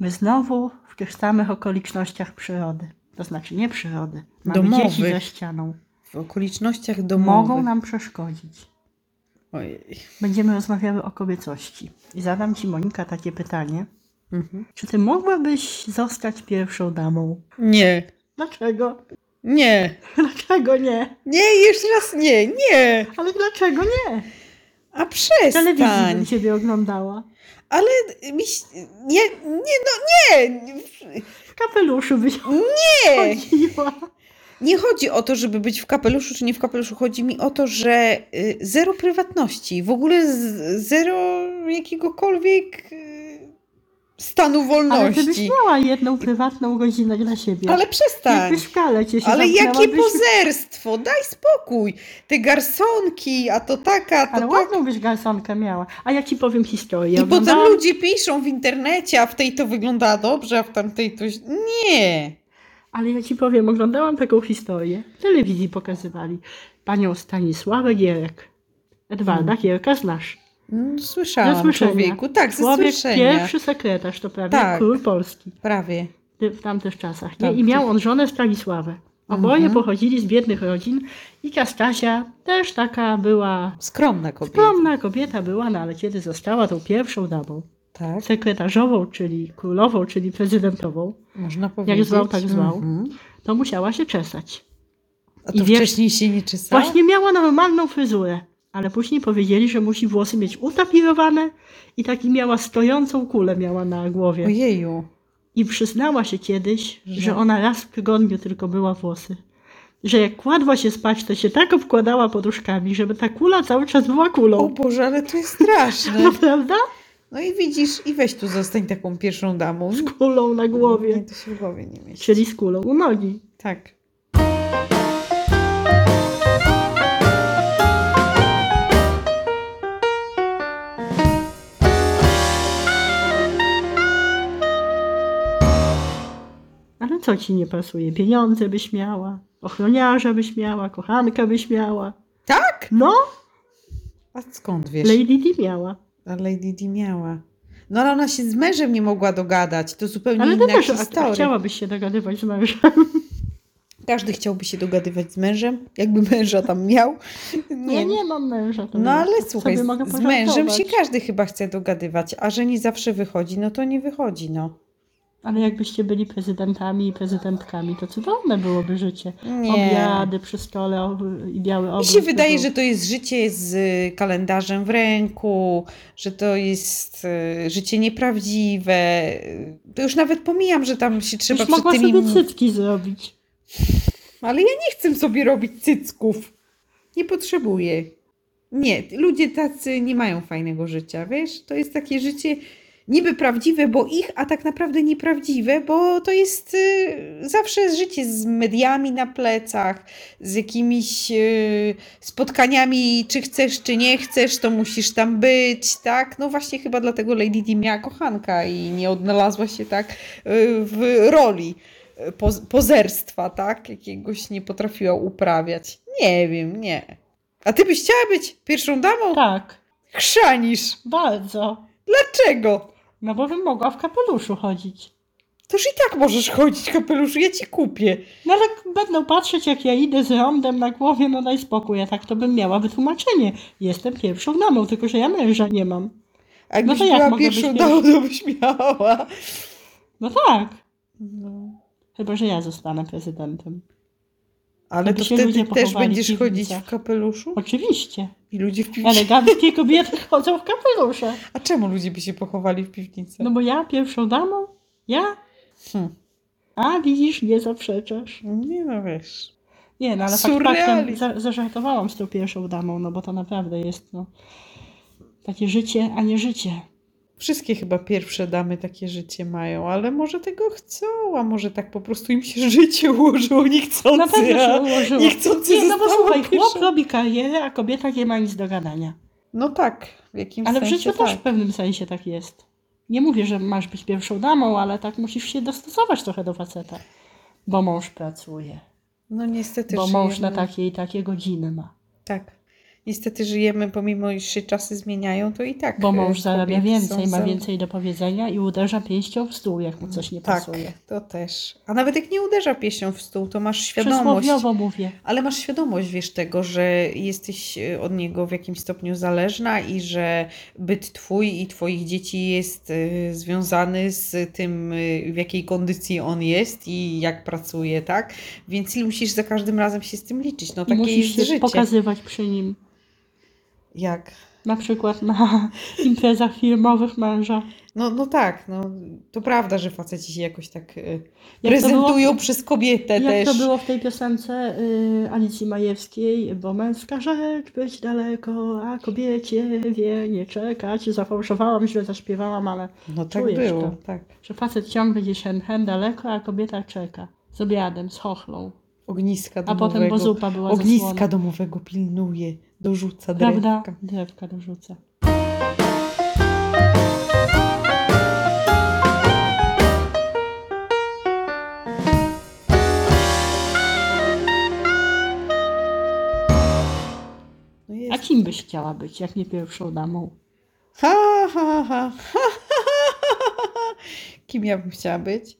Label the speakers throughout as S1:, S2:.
S1: my znowu w tych samych okolicznościach przyrody. To znaczy nie przyrody. Mamy
S2: Domowych.
S1: dzieci za ścianą.
S2: W okolicznościach domowych.
S1: Mogą nam przeszkodzić.
S2: Ojej.
S1: Będziemy rozmawiały o kobiecości. I zadam Ci, Monika, takie pytanie.
S2: Mhm.
S1: Czy Ty mogłabyś zostać pierwszą damą?
S2: Nie,
S1: Dlaczego?
S2: nie,
S1: Dlaczego nie?
S2: nie, jeszcze raz nie, nie.
S1: Ale dlaczego nie?
S2: A
S1: Telewizji bym
S2: przestań.
S1: Ciebie oglądała.
S2: Ale mi... się- Nie, nie, no nie.
S1: W kapeluszu byś
S2: Nie.
S1: chodziła.
S2: Nie chodzi o to, żeby być w kapeluszu czy nie w kapeluszu. Chodzi mi o to, że y, zero prywatności, w ogóle z- zero jakiegokolwiek y, stanu
S1: Ale Ty byś
S2: wolności.
S1: miała jedną prywatną godzinę dla siebie.
S2: Ale przestań.
S1: Jakbyś w kalecie się
S2: Ale jakie
S1: zamknęłabyś-
S2: pozerstwo! Daj spokój! Te garsonki, a to taka, to
S1: Ale
S2: taka.
S1: ładną byś garsonkę miała. A ja ci powiem historię.
S2: I potem
S1: Oglądałam-
S2: ludzie piszą w internecie, a w tej to wygląda dobrze, a w tamtej to... ź- Nie!
S1: Ale ja ci powiem, oglądałam taką historię. W telewizji pokazywali panią Stanisławę Gierek. Edwarda Gierka znasz.
S2: No,
S1: Ze
S2: Słyszałam
S1: słyszenia.
S2: człowieku. Tak, Hmm. ze
S1: Człowiek,
S2: słyszenia.
S1: pierwszy sekretarz, to prawie
S2: Tak.
S1: król Polski
S2: Prawie.
S1: ty- w tamtych czasach. Nie?
S2: Tamtych.
S1: I miał on żonę Stanisławę. Oboje
S2: Mhm.
S1: pochodzili z biednych rodzin i ta Stasia też taka była
S2: Skromna kobieta.
S1: skromna kobieta była, no ale kiedy została tą pierwszą damą,
S2: Tak,
S1: sekretarzową, czyli królową, czyli prezydentową,
S2: można powiedzieć.
S1: zwał, tak zwał.
S2: Mhm.
S1: to musiała się czesać.
S2: A to
S1: I wiesz-
S2: wcześniej się nie czysało?
S1: Właśnie miała normalną fryzurę, ale później powiedzieli, że musi włosy mieć utapirowane i taki miała stojącą kulę miała na głowie.
S2: Ojeju.
S1: I przyznała się kiedyś,
S2: Że?
S1: że ona raz w tygodniu tylko była włosy. Że jak kładła się spać, to się tak obkładała poduszkami, żeby ta kula cały czas była
S2: O
S1: kulą.
S2: Boże, ale to jest straszne.
S1: No prawda?
S2: No i widzisz, i weź tu zostań taką pierwszą damą.
S1: Z kulą na
S2: Nie,
S1: głowie.
S2: to się w głowie nie mieści.
S1: Czyli z kulą u nogi.
S2: Tak.
S1: Ale co ci nie pasuje? Pieniądze byś miała, ochroniarza byś miała, kochanka byś miała.
S2: Tak?
S1: No,
S2: A skąd wiesz?
S1: Lady Di miała.
S2: A Lady Di miała. No ale ona się z mężem nie mogła dogadać. To zupełnie
S1: Ale ty
S2: inna
S1: też a-
S2: historia.
S1: a chciałabyś się dogadywać z mężem.
S2: Każdy chciałby się dogadywać z mężem, jakby męża tam miał.
S1: Nie, ja nie mam męża. to
S2: No
S1: ja
S2: ale
S1: sobie
S2: słuchaj, z-
S1: mogę
S2: z mężem się
S1: pożartować.
S2: każdy chyba chce dogadywać, a że nie zawsze wychodzi, no to nie wychodzi, no.
S1: Ale jakbyście byli prezydentami i prezydentkami, to cudowne byłoby życie.
S2: Nie.
S1: Obiady przy stole o- i biały
S2: Mi
S1: obrót.
S2: się wydaje,
S1: był.
S2: że to jest życie z y, kalendarzem w ręku, że to jest y, życie nieprawdziwe. Y, To już nawet pomijam, że tam się trzeba
S1: Byś
S2: przed
S1: mogła
S2: tymi...
S1: sobie cycki zrobić.
S2: Ale ja nie chcę sobie robić cycków. Nie potrzebuję. Nie, ludzie tacy nie mają fajnego życia, wiesz? To jest takie życie niby prawdziwe, bo ich, a tak naprawdę nieprawdziwe, bo to jest y, zawsze życie z mediami na plecach, z jakimiś y, spotkaniami, czy chcesz, czy nie chcesz, to musisz tam być, tak? No właśnie chyba dlatego Lady Di miała kochanka i nie odnalazła się tak y, w roli y, poz- pozerstwa, tak? Jakiegoś nie potrafiła uprawiać. Nie wiem, nie. A ty byś chciała być pierwszą damą?
S1: Tak,
S2: Chrzanisz.
S1: bardzo.
S2: Dlaczego?
S1: No bo bym mogła w kapeluszu chodzić.
S2: Toż i tak możesz chodzić w kapeluszu, ja ci kupię.
S1: No ale będą patrzeć, jak ja idę z rondem na głowie, no daj spokój, ja tak to bym miała wytłumaczenie. Jestem pierwszą damą, tylko że ja męża nie mam.
S2: A jakbyś
S1: No to jak
S2: była
S1: mogę
S2: pierwszą
S1: być
S2: damą, to byś miała.
S1: No tak,
S2: No.
S1: chyba że ja zostanę prezydentem.
S2: Ale
S1: Jakby
S2: to
S1: się
S2: wtedy
S1: ludzie
S2: też
S1: pochowali
S2: będziesz
S1: w
S2: chodzić w
S1: piwnicach.
S2: kapeluszu?
S1: Oczywiście.
S2: I ludzie w piwnicy.
S1: Eleganckie kobiety chodzą w kapelusze.
S2: A czemu ludzie by się pochowali w piwnicy?
S1: No bo ja pierwszą damą? Ja?
S2: Hm.
S1: A widzisz, nie zaprzeczasz.
S2: Nie no wiesz.
S1: Nie, no ale fakt faktem
S2: Surrealizm.
S1: za- zażartowałam z tą pierwszą damą, no bo to naprawdę jest no, takie życie, a nie życie.
S2: Wszystkie chyba pierwsze damy takie życie mają, ale może tego chcą, a może tak po prostu im się życie ułożyło niechcący.
S1: Na pewno
S2: a
S1: się ułożyło.
S2: Niechcący
S1: Nie, no bo
S2: została
S1: słuchaj, chłop
S2: pierwsza.
S1: robi karierę, a kobieta nie ma nic do gadania.
S2: No tak, w jakimś
S1: Ale w
S2: sensie
S1: życiu
S2: tak.
S1: też w pewnym sensie tak jest. Nie mówię, że masz być pierwszą damą, ale tak musisz się dostosować trochę do faceta. Bo mąż pracuje.
S2: No niestety
S1: bo tak
S2: żyjemy-
S1: mąż na takie i takie godziny ma.
S2: Tak. niestety żyjemy, pomimo iż się czasy zmieniają, to i tak.
S1: Bo
S2: e,
S1: mąż zarabia
S2: kobiety są
S1: więcej, ma
S2: za-
S1: więcej do powiedzenia i uderza pięścią w stół, jak mu coś nie
S2: Tak,
S1: pasuje.
S2: to też. A nawet jak nie uderza pieścią w stół, to masz świadomość.
S1: Przysłowiowo mówię.
S2: Ale masz świadomość, wiesz, tego, że jesteś e, od niego w jakimś stopniu zależna i że byt twój i twoich dzieci jest e, związany z tym, e, w jakiej kondycji on jest i jak pracuje, tak? Więc i musisz za każdym razem się z tym liczyć. No
S1: I
S2: takie
S1: musisz
S2: jest
S1: się
S2: życie.
S1: pokazywać przy nim.
S2: Jak?
S1: Na przykład na imprezach firmowych męża.
S2: No, no tak, no to prawda, że faceci się jakoś tak e,
S1: Jak to było,
S2: prezentują przez kobietę
S1: jak
S2: też.
S1: to było w tej piosence y, Alicji Majewskiej, bo męska rzecz być daleko, a kobiecie wie nie czekać. Zafałszowałam, źle zaśpiewałam, ale
S2: No tak
S1: Czujesz
S2: było,
S1: to.
S2: tak.
S1: że facet ciągle gdzieś hen, hen daleko, a kobieta czeka. Z obiadem, z chochlą.
S2: Ogniska
S1: A
S2: domowego.
S1: potem, bo zupa była
S2: Ogniska
S1: zasłona.
S2: domowego pilnuje, dorzuca
S1: Prawda?
S2: drewka.
S1: Drewka dorzuca. A
S2: No jest.
S1: kim byś chciała być, jak nie pierwszą damą?
S2: Ha, ha, ha, ha, ha. Kim ja bym chciała być?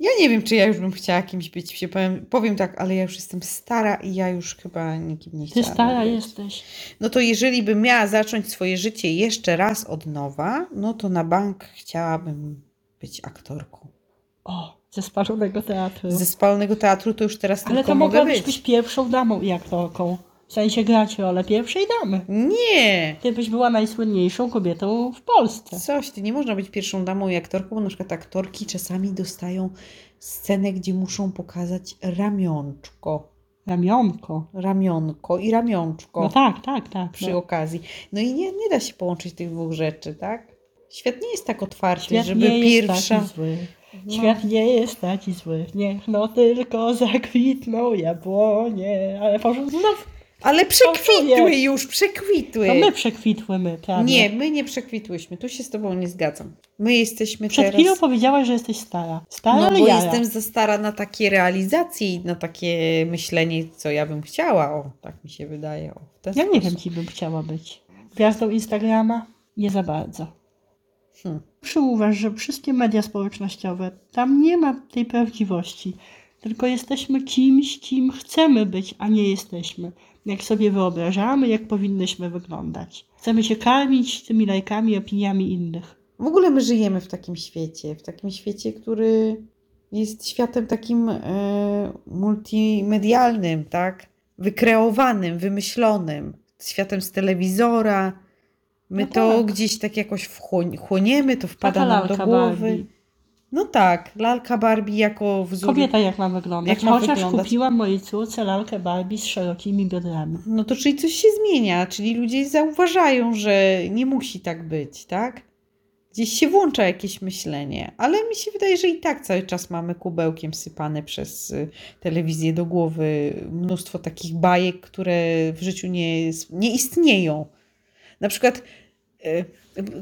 S2: Ja nie wiem, czy ja już bym chciała kimś być. Się powiem, powiem tak, ale ja już jestem stara i ja już chyba nikim nie
S1: Ty
S2: chciałabym
S1: stara
S2: być.
S1: jesteś.
S2: No to jeżeli bym miała zacząć swoje życie jeszcze raz od nowa, no to na bank chciałabym być aktorką.
S1: Mhm. O, ze spalonego teatru.
S2: Ze spalonego teatru to już teraz
S1: Ale
S2: tylko
S1: to
S2: mogę
S1: mogłabyś
S2: być.
S1: być. pierwszą damą i aktorką. W sensie grać rolę pierwszej damy.
S2: Nie!
S1: Ty byś była najsłynniejszą kobietą w Polsce.
S2: Coś, ty nie można być pierwszą damą i aktorką, bo na przykład aktorki czasami dostają scenę, gdzie muszą pokazać ramionczko,
S1: Ramionko.
S2: ramionko i ramionczko
S1: No tak, tak, tak.
S2: przy
S1: No.
S2: okazji. No i nie, nie da się połączyć tych dwóch rzeczy, tak? Świat nie jest tak otwarty,
S1: Świat
S2: żeby
S1: nie jest
S2: pierwsza...
S1: taki zły.
S2: No.
S1: Świat nie jest taki zły. Niech no tylko zakwitną jabłonie. Ale proszę, znów
S2: Ale przekwitły
S1: Fałszuje.
S2: już, przekwitły.
S1: to my przekwitły my, prawie.
S2: nie, my nie przekwitłyśmy, tu się z tobą nie zgadzam. My jesteśmy
S1: Przed
S2: teraz...
S1: chwilą powiedziałaś, że jesteś stara. Stara,
S2: No
S1: ale
S2: bo
S1: ja.
S2: jestem za stara na takie realizacje i na takie myślenie, co ja bym chciała. O, tak mi się wydaje. O, w ten
S1: Ja nie
S2: sposób.
S1: wiem, kim bym chciała być. Gwiazdą Instagrama? Nie za bardzo.
S2: Hmm.
S1: Przyuważ, że wszystkie media społecznościowe, tam nie ma tej prawdziwości. Tylko jesteśmy kimś, kim chcemy być, a nie jesteśmy. Jak sobie wyobrażamy, jak powinnyśmy wyglądać. Chcemy się karmić tymi lajkami, opiniami innych.
S2: W ogóle my żyjemy w takim świecie, w takim świecie, który jest światem takim e, multimedialnym, tak? Wykreowanym, wymyślonym, światem z telewizora. My
S1: No
S2: to
S1: tak.
S2: gdzieś tak jakoś wchłoń- chłoniemy, to wpada
S1: Taka
S2: nam do
S1: lalka
S2: głowy.
S1: Barbie.
S2: No tak, lalka Barbie jako wzór.
S1: Kobieta jak ma wyglądać.
S2: Jak ma
S1: Chociaż
S2: wyglądać?
S1: kupiłam mojej córce lalkę Barbie z szerokimi biodrami.
S2: No to czyli coś się zmienia, czyli ludzie zauważają, że nie musi tak być, tak? Gdzieś się włącza jakieś myślenie, ale mi się wydaje, że i tak cały czas mamy kubełkiem sypane przez y, telewizję do głowy mnóstwo takich bajek, które w życiu nie, s- nie istnieją. Na przykład y,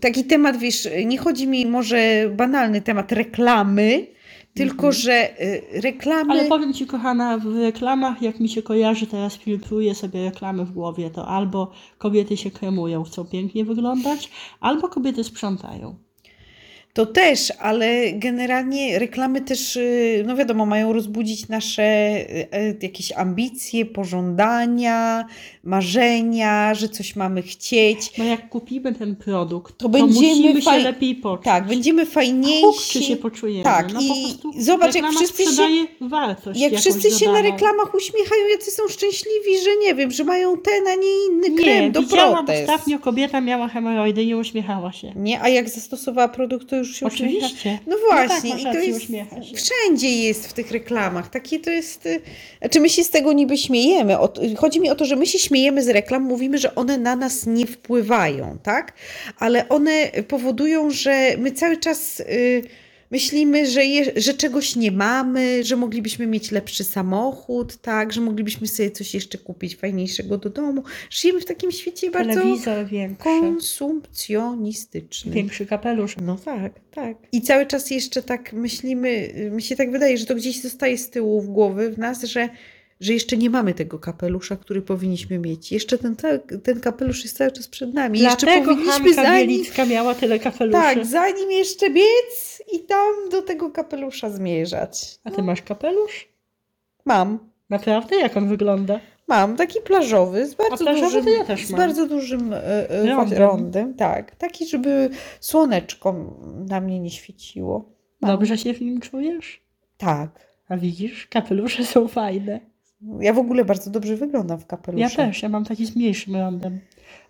S2: taki temat, wiesz, nie chodzi mi może banalny temat reklamy, tylko
S1: Mhm.
S2: że y, reklamy.
S1: Ale powiem Ci, kochana, w reklamach, jak mi się kojarzy, teraz filtruję sobie reklamy w głowie, to albo kobiety się kremują, chcą pięknie wyglądać, albo kobiety sprzątają.
S2: To też, ale generalnie reklamy też, y, no wiadomo, mają rozbudzić nasze y, y, jakieś ambicje, pożądania, marzenia, że coś mamy chcieć.
S1: No jak kupimy ten produkt,
S2: To
S1: to,
S2: będziemy
S1: musimy się
S2: faj-
S1: lepiej poczuć.
S2: Tak, będziemy
S1: Huk, czy
S2: fajniejsi.
S1: się poczujemy.
S2: Tak,
S1: no,
S2: i
S1: po prostu
S2: zobacz, jak
S1: reklama
S2: wszyscy się-
S1: sprzedaje wartość
S2: Jak
S1: jakąś
S2: wszyscy się na
S1: dodaną.
S2: reklamach uśmiechają, jacy są szczęśliwi, że nie wiem, że mają ten, a nie inny krem
S1: Nie,
S2: do
S1: widziałam
S2: protez.
S1: ostatnio kobieta miała hemoroidy, nie uśmiechała się.
S2: Nie, a jak zastosowała produkt, to już się uśmiecha.
S1: Oczywiście.
S2: No
S1: tak,
S2: właśnie,
S1: masz
S2: i to
S1: rację,
S2: jest.
S1: uśmiecha się.
S2: Wszędzie jest w tych reklamach. Takie to jest. y, Znaczy, my się z tego niby śmiejemy. O, chodzi mi o to, że my się śmiejemy z reklam, mówimy, że one na nas nie wpływają, tak? Ale one powodują, że my cały czas. y, Myślimy, że, je, że czegoś nie mamy, że moglibyśmy mieć lepszy samochód, tak, że moglibyśmy sobie coś jeszcze kupić fajniejszego do domu. Żyjemy w takim świecie bardzo
S1: Telewizor większy,
S2: konsumpcjonistycznym.
S1: większy kapelusz.
S2: No tak, tak. I cały czas jeszcze tak myślimy, y, mi się tak wydaje, że to gdzieś zostaje z tyłu w głowy w nas, że, że jeszcze nie mamy tego kapelusza, który powinniśmy mieć. Jeszcze ten, ta- ten kapelusz jest cały czas przed nami. jeszcze
S1: Dlatego
S2: powinniśmy
S1: Hanka
S2: za nim,
S1: Bielicka miała tyle kapeluszy.
S2: tak, za nim jeszcze biec i tam do tego kapelusza zmierzać. No,
S1: A ty masz kapelusz?
S2: Mam.
S1: Naprawdę? Jak on wygląda?
S2: Mam taki plażowy z bardzo
S1: plażowy
S2: dużym,
S1: to ja też
S2: z
S1: mam.
S2: bardzo dużym e, e, fa-
S1: Rondem.
S2: rondem, tak. Taki, żeby słoneczko na mnie nie świeciło. Mam.
S1: Dobrze się w nim czujesz?
S2: Tak.
S1: A widzisz, kapelusze są fajne.
S2: Ja w ogóle bardzo dobrze wyglądam w kapeluszu.
S1: Ja też, ja mam taki z mniejszym rondem.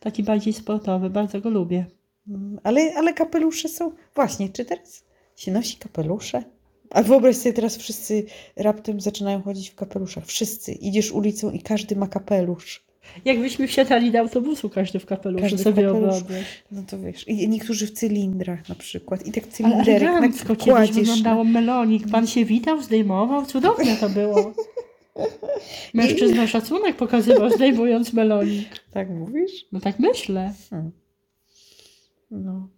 S1: Taki bardziej sportowy, bardzo go lubię.
S2: Mm, Ale, ale kapelusze są. Właśnie, czy teraz się nosi kapelusze? A wyobraź sobie teraz wszyscy raptem zaczynają chodzić w kapeluszach. Wszyscy. Idziesz ulicą i każdy ma kapelusz.
S1: Jakbyśmy wsiadali do autobusu, każdy w kapeluszu
S2: Każdy w
S1: sobie
S2: kapeluszu.
S1: oglądasz.
S2: No to wiesz. I niektórzy w cylindrach na przykład. I tak
S1: Ale
S2: cylinderek
S1: elegancko
S2: na
S1: kiedyś
S2: kładziesz.
S1: wyglądało melonik. Pan się witał, zdejmował, cudownie to było. Mężczyzna szacunek pokazywał, zdejmując melonik.
S2: Tak mówisz?
S1: No tak myślę.
S2: Hmm. No.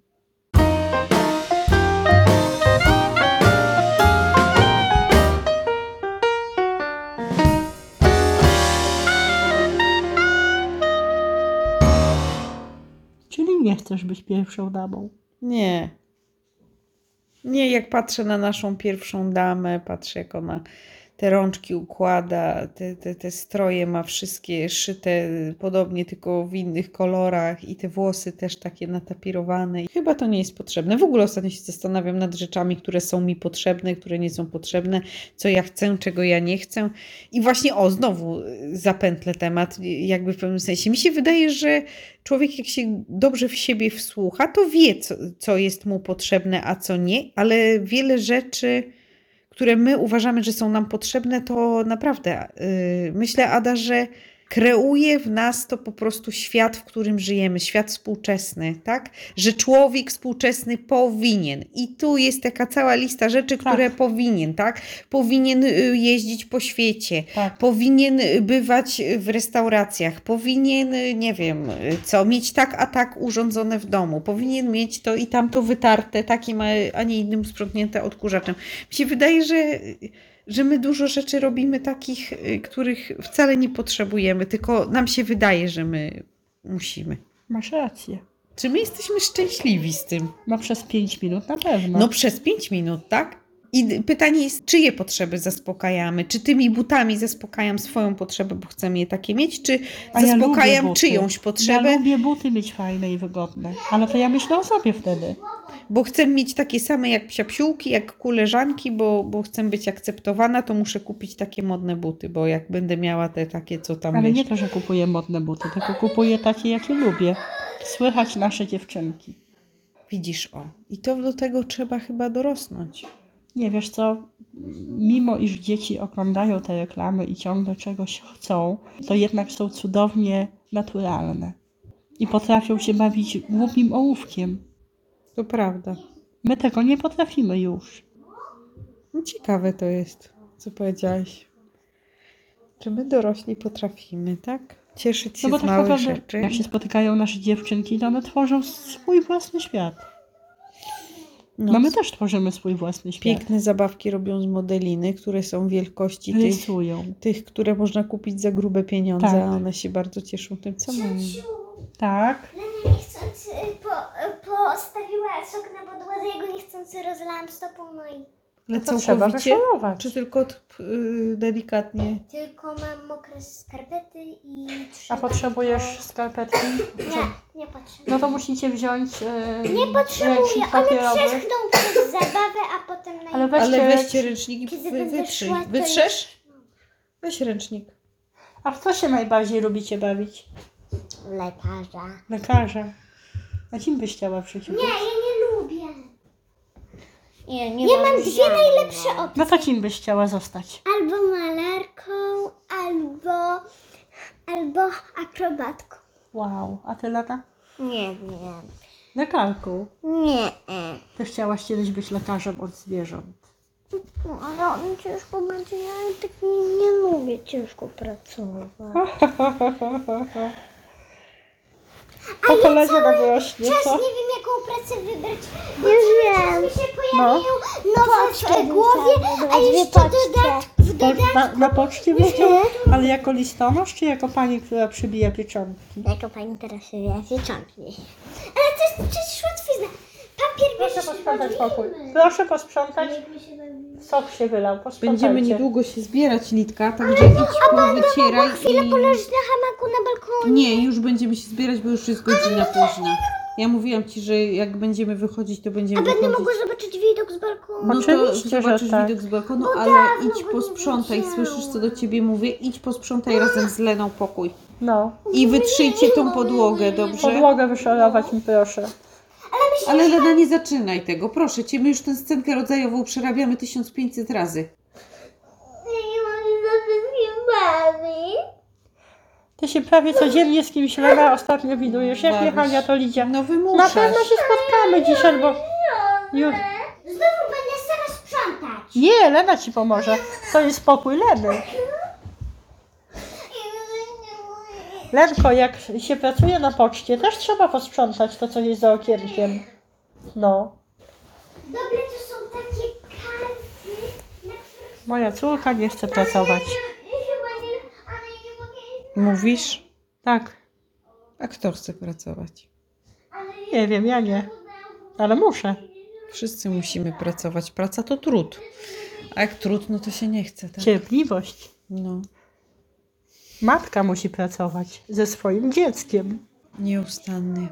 S1: Czyli nie chcesz być pierwszą damą.
S2: Nie. Nie, jak patrzę na naszą pierwszą damę, patrzę jak ona te rączki układa, te, te, te stroje ma wszystkie szyte podobnie, tylko w innych kolorach i te włosy też takie natapirowane. I Chyba to nie jest potrzebne. W ogóle ostatnio się zastanawiam nad rzeczami, które są mi potrzebne, które nie są potrzebne, co ja chcę, czego ja nie chcę. I właśnie o, znowu y, zapętlę temat, y, jakby w pewnym sensie. Mi się wydaje, że człowiek, jak się dobrze w siebie wsłucha, to wie, co, co jest mu potrzebne, a co nie, ale wiele rzeczy, które my uważamy, że są nam potrzebne, to naprawdę yy, myślę, Ada, że kreuje w nas to po prostu świat, w którym żyjemy, świat współczesny, tak? Że człowiek współczesny powinien. I tu jest taka cała lista rzeczy,
S1: Tak.
S2: które powinien, tak? Powinien y, jeździć po świecie,
S1: Tak.
S2: powinien bywać w restauracjach, powinien, nie wiem, co, mieć tak a tak urządzone w domu, powinien mieć to i tamto wytarte, takim, a- a nie innym sprzątnięte odkurzaczem. Mi się wydaje, że, że my dużo rzeczy robimy takich, y, których wcale nie potrzebujemy, tylko nam się wydaje, że my musimy.
S1: Masz rację.
S2: Czy my jesteśmy szczęśliwi z tym?
S1: No przez 5 minut na pewno.
S2: No przez 5 minut, tak? I d- pytanie jest, czyje potrzeby zaspokajamy? Czy tymi butami zaspokajam swoją potrzebę, bo chcemy je takie mieć, czy
S1: A ja lubię
S2: zaspokajam
S1: buty.
S2: czyjąś potrzebę,
S1: Ja lubię buty mieć fajne i wygodne, ale to ja myślę o sobie wtedy.
S2: bo chcę mieć takie same jak psiapsiółki, jak koleżanki, bo, bo chcę być akceptowana, to muszę kupić takie modne buty, bo jak będę miała te takie, co tam
S1: Ale
S2: wiesz,
S1: nie to, że kupuję modne buty, tylko kupuję takie, jakie lubię. Słychać nasze dziewczynki.
S2: widzisz, o. I to do tego trzeba chyba dorosnąć.
S1: Nie wiesz co, mimo iż dzieci oglądają te reklamy i ciągle czegoś chcą, to jednak są cudownie naturalne. I potrafią się bawić głupim ołówkiem.
S2: To prawda.
S1: My tego nie potrafimy już.
S2: No, Ciekawe to jest, co powiedziałaś. Czy my dorośli potrafimy, tak? Cieszyć się
S1: No bo
S2: z
S1: tak
S2: małych
S1: naprawdę,
S2: rzeczy.
S1: jak się spotykają nasze dziewczynki, to one tworzą swój własny świat.
S2: No,
S1: No my też tworzymy swój własny świat.
S2: piękne zabawki robią z modeliny, które są wielkości tych,
S1: Rysują.
S2: tych, które można kupić za grube pieniądze,
S1: Tak.
S2: a one się bardzo cieszą tym, co mają.
S1: Tak.
S3: Ja niechcący y, po, postawiła sok na podłodze, ja go niechcący rozlałam stopą, no i
S2: Ale
S1: To trzeba
S2: całkowicie?
S1: wyszorować.
S2: Czy tylko t- y, delikatnie?
S3: tylko mam mokre skarpety i trzy...
S1: A potrzebujesz skarpetki?
S3: Nie, nie potrzebuję.
S1: No to musicie wziąć e,
S3: Nie potrzebuję,
S1: ręcznik
S3: one
S1: papierowy.
S3: przeschną przez zabawę, a potem na
S1: Ale
S3: ale...
S1: weźcie,
S2: Ale weźcie ręcznik i
S3: Kiedy będę
S2: wytrzyj.
S3: szła, to
S2: Wytrzesz? Weź ręcznik.
S1: A w co się najbardziej lubicie bawić?
S3: lekarza.
S1: Lekarza. A kim byś chciała w życiu
S3: Nie,
S1: być?
S3: ja nie lubię.
S4: Nie, nie
S3: Ja mam dwie najlepsze opcje.
S1: No to kim byś chciała zostać?
S3: Albo malarką, albo, albo akrobatką.
S1: Wow. A ty lata?
S4: Nie wiem.
S1: Lekarką.
S4: Nie.
S1: Ty chciałaś kiedyś być lekarzem od zwierząt.
S4: No, ale on ciężko będzie, ja tak nie, nie lubię ciężko pracować.
S1: Po kolezie na wyrośnie,
S3: Też
S1: co?
S3: nie wiem, jaką pracę wybrać. Bo
S4: Nie
S3: cały
S4: wiem.
S1: No.
S3: czas mi się pojawiają nowe w
S4: Paczkę
S3: głowie,
S4: bym chciała
S3: a
S4: wybrać,
S3: jeszcze
S4: paczkę.
S3: dodat- w
S1: po, na, na poczcie wiedział, ale jako listonosz, czy jako pani, która przybija pieczątki?
S4: Jako pani teraz ja pieczątki.
S3: Ale to jest przecież łatwizna. Papier
S1: Proszę
S3: bierzesz i
S1: posprzątać pokój.
S3: robimy.
S1: Proszę posprzątać.
S3: Jak my się bawimy.
S1: Sok się wylał, posprzątajcie.
S2: Będziemy niedługo się zbierać, Litka, także idź powycieraj i...
S4: Leżysz na hamaku na balkonie.
S2: Nie, już będziemy się zbierać, bo już jest godzina późna. Ja mówiłam Ci, że jak będziemy wychodzić, to będziemy
S4: Będę
S2: wychodzić.
S4: mogła zobaczyć widok z balkonu.
S2: No to
S1: Oczywiście, że
S2: zobaczysz
S1: tak.
S2: widok z balkonu,
S4: Bo
S2: ale
S4: dawno
S2: idź
S4: go nie
S2: posprzątaj.
S4: widziałam. No
S2: Słyszysz, co do Ciebie mówię? Idź posprzątaj razem z Leną pokój.
S1: No.
S2: I wytrzyjcie tą podłogę, dobrze?
S1: Podłogę wyszorować mi proszę.
S2: Ale Lena, nie zaczynaj tego, proszę Cię. My już tę scenkę rodzajową przerabiamy 1500 razy.
S3: Nie mogę ze wszystkim bawić.
S1: Ty się prawie codziennie z kimś Lena ostatnio widujesz. Jak nie
S2: Bawisz.
S1: Hania, to Lidia.
S2: No
S1: Na
S2: wymuszasz.
S1: pewno się spotkamy dzisiaj, bo... Ju-
S3: Znowu będę sama sprzątać.
S1: Nie, Lena ci pomoże. To jest spokój Leny. Lenko, jak się pracuje na poczcie, też trzeba posprzątać to, co jest za okienkiem. No.
S3: Dobre to są takie karty, na których...
S1: Moja córka nie chce pracować.
S3: Ja chyba nie... Ale ja nie mogę...
S2: Mówisz?
S1: Tak,
S2: A kto chce pracować?
S3: Ale ja
S1: nie wiem, ja nie. Ale muszę.
S2: Wszyscy musimy pracować. Praca to trud. A jak trud, no to się nie chce, tak?
S1: Cierpliwość.
S2: No,
S1: Matka musi pracować ze swoim dzieckiem.
S2: nieustanny.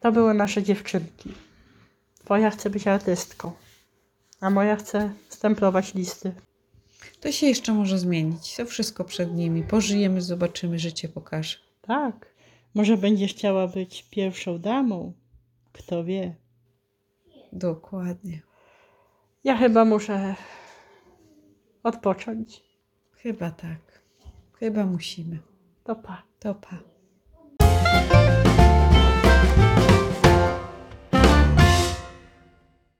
S1: To były nasze dziewczynki. Twoja chce być artystką, a moja chce stemplować listy.
S2: To się jeszcze może zmienić. To wszystko przed nimi. Pożyjemy, zobaczymy, życie pokaże.
S1: Tak, może będziesz chciała być pierwszą damą. Kto wie.
S2: Dokładnie.
S1: Ja chyba muszę odpocząć.
S2: Chyba tak. Chyba musimy.
S1: To pa.
S2: To pa.